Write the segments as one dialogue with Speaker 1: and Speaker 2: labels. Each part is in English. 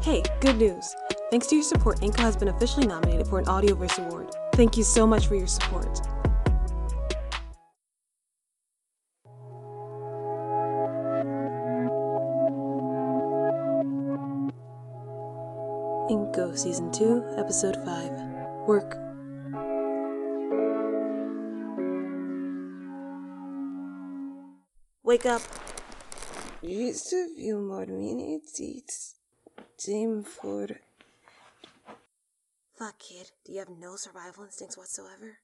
Speaker 1: Hey, good news! Thanks to your support, Inca has been officially nominated for an Audioverse Award. Thank you so much for your support. Inco Season 2, Episode 5 Work. Wake up!
Speaker 2: Just a few more minutes. It's time for.
Speaker 1: Fuck, kid. Do you have no survival instincts whatsoever?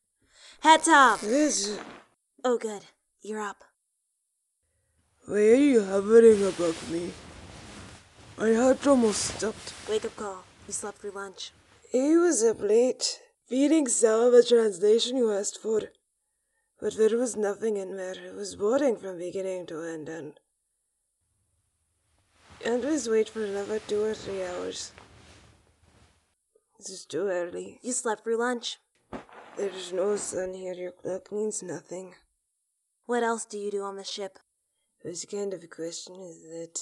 Speaker 1: Head up!
Speaker 2: This.
Speaker 1: Oh, good. You're up.
Speaker 2: Why are you hovering above me? My heart almost stopped.
Speaker 1: Wake up call. You slept through lunch.
Speaker 2: He was up late, feeding Sal the translation you asked for. But there was nothing in there. It was boring from beginning to end, and. And we wait for another two or three hours. This is too early.
Speaker 1: You slept through lunch.
Speaker 2: There's no sun here. Your clock means nothing.
Speaker 1: What else do you do on the ship?
Speaker 2: This kind of question is that.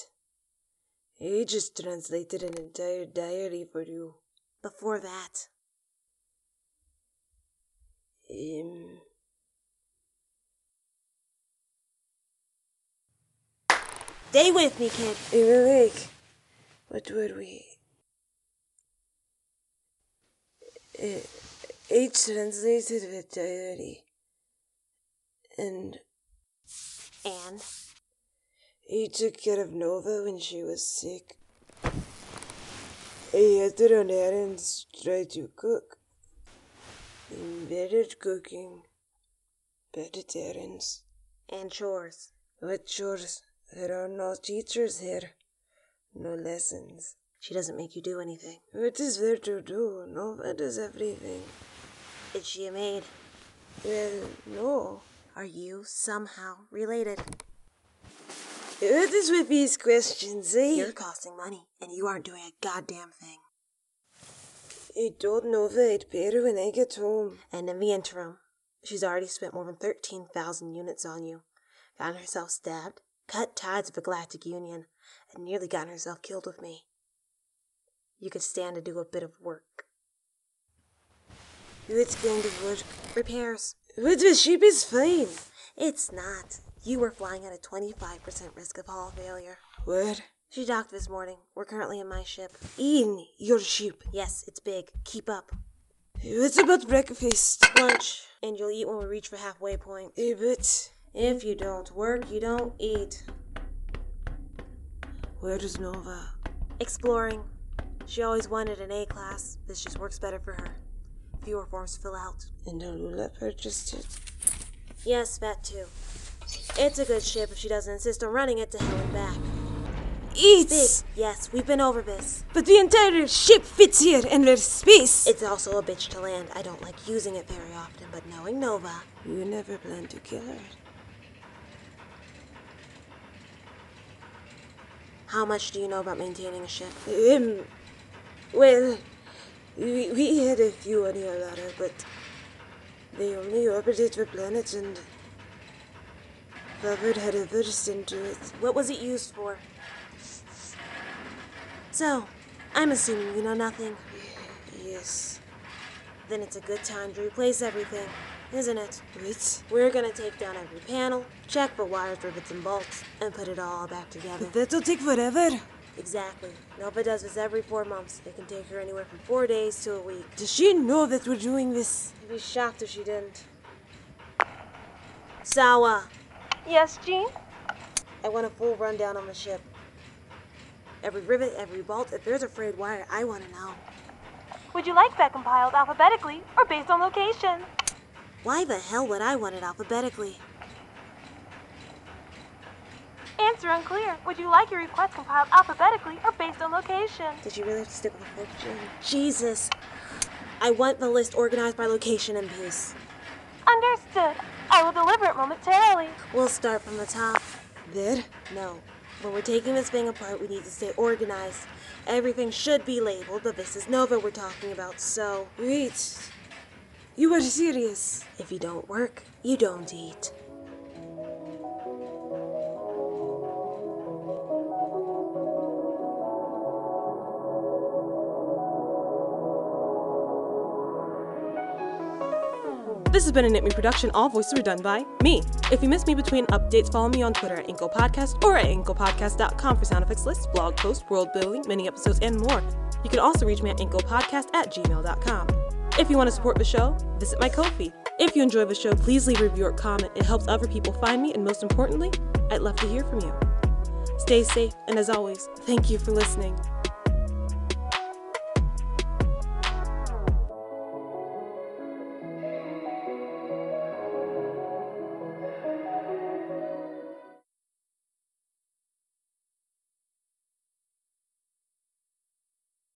Speaker 2: He just translated an entire diary for you.
Speaker 1: Before that.
Speaker 2: Um,
Speaker 1: Stay with me, kid.
Speaker 2: I'm awake. What were we? Uh, he translated the diary. And
Speaker 1: And
Speaker 2: he took care of Nova when she was sick. He had her on errands, tried to cook. And better at cooking. Better at errands.
Speaker 1: and chores.
Speaker 2: What chores? There are no teachers here. No lessons.
Speaker 1: She doesn't make you do anything.
Speaker 2: What is there to do? Nova does everything.
Speaker 1: Is she a maid?
Speaker 2: Well, no.
Speaker 1: Are you somehow related?
Speaker 2: What is with these questions, eh?
Speaker 1: You're costing money, and you aren't doing a goddamn thing.
Speaker 2: I told Nova I'd pay her when I get home.
Speaker 1: And in the interim, she's already spent more than 13,000 units on you, gotten herself stabbed, cut ties with the Galactic Union, and nearly gotten herself killed with me. You could stand to do a bit of work.
Speaker 2: What kind of work?
Speaker 1: Repairs.
Speaker 2: What the sheep is fine.
Speaker 1: It's not. You were flying at a 25% risk of hull failure.
Speaker 2: What?
Speaker 1: She docked this morning. We're currently in my ship.
Speaker 2: In your sheep.
Speaker 1: Yes, it's big. Keep up.
Speaker 2: What about breakfast?
Speaker 1: Lunch, and you'll eat when we reach for halfway point.
Speaker 2: Eh, but
Speaker 1: If you don't work, you don't eat.
Speaker 2: where is Nova?
Speaker 1: Exploring. She always wanted an A class. This just works better for her. Fewer forms to fill out.
Speaker 2: And Alula purchased it.
Speaker 1: Yes, that too. It's a good ship if she doesn't insist on running it to hell and back. Big.
Speaker 2: Eats!
Speaker 1: Yes, we've been over this.
Speaker 2: But the entire ship fits here, and there's space.
Speaker 1: It's also a bitch to land. I don't like using it very often, but knowing Nova,
Speaker 2: You never planned to kill her.
Speaker 1: how much do you know about maintaining a ship?
Speaker 2: Um, well, we, we had a few on Yolara, but they only orbited the planet and Robert had a burst into it.
Speaker 1: What was it used for? So, I'm assuming you know nothing.
Speaker 2: Yes.
Speaker 1: Then it's a good time to replace everything, isn't it?
Speaker 2: What?
Speaker 1: We're gonna take down every panel, check for wires, rivets, and bolts, and put it all back together.
Speaker 2: But that'll take forever.
Speaker 1: Exactly. Nova does this every four months. It can take her anywhere from four days to a week.
Speaker 2: Does she know that we're doing this?
Speaker 1: I'd be shocked if she didn't. Sawa,
Speaker 3: Yes, Jean?
Speaker 1: I want a full rundown on the ship. Every rivet, every bolt, if there's a frayed wire, I want to know.
Speaker 3: Would you like that compiled alphabetically or based on location?
Speaker 1: Why the hell would I want it alphabetically?
Speaker 3: Answer unclear. Would you like your request compiled alphabetically or based on location?
Speaker 1: Did you really have to stick with the book, Jane? Jesus. I want the list organized by location and piece.
Speaker 3: Understood. I will deliver it momentarily.
Speaker 1: We'll start from the top.
Speaker 2: There?
Speaker 1: No. When we're taking this thing apart, we need to stay organized. Everything should be labeled, but this is Nova we're talking about, so
Speaker 2: Wait. You are serious.
Speaker 1: if you don't work, you don't eat. This has been a Nitme production. All voices were done by me. If you miss me between updates, follow me on Twitter at Inkle Podcast or at InklePodcast.com for sound effects lists, blog posts, world building, mini episodes, and more. You can also reach me at InklePodcast at gmail.com. If you want to support the show, visit my Ko-fi. If you enjoy the show, please leave a review or comment. It helps other people find me, and most importantly, I'd love to hear from you. Stay safe, and as always, thank you for listening.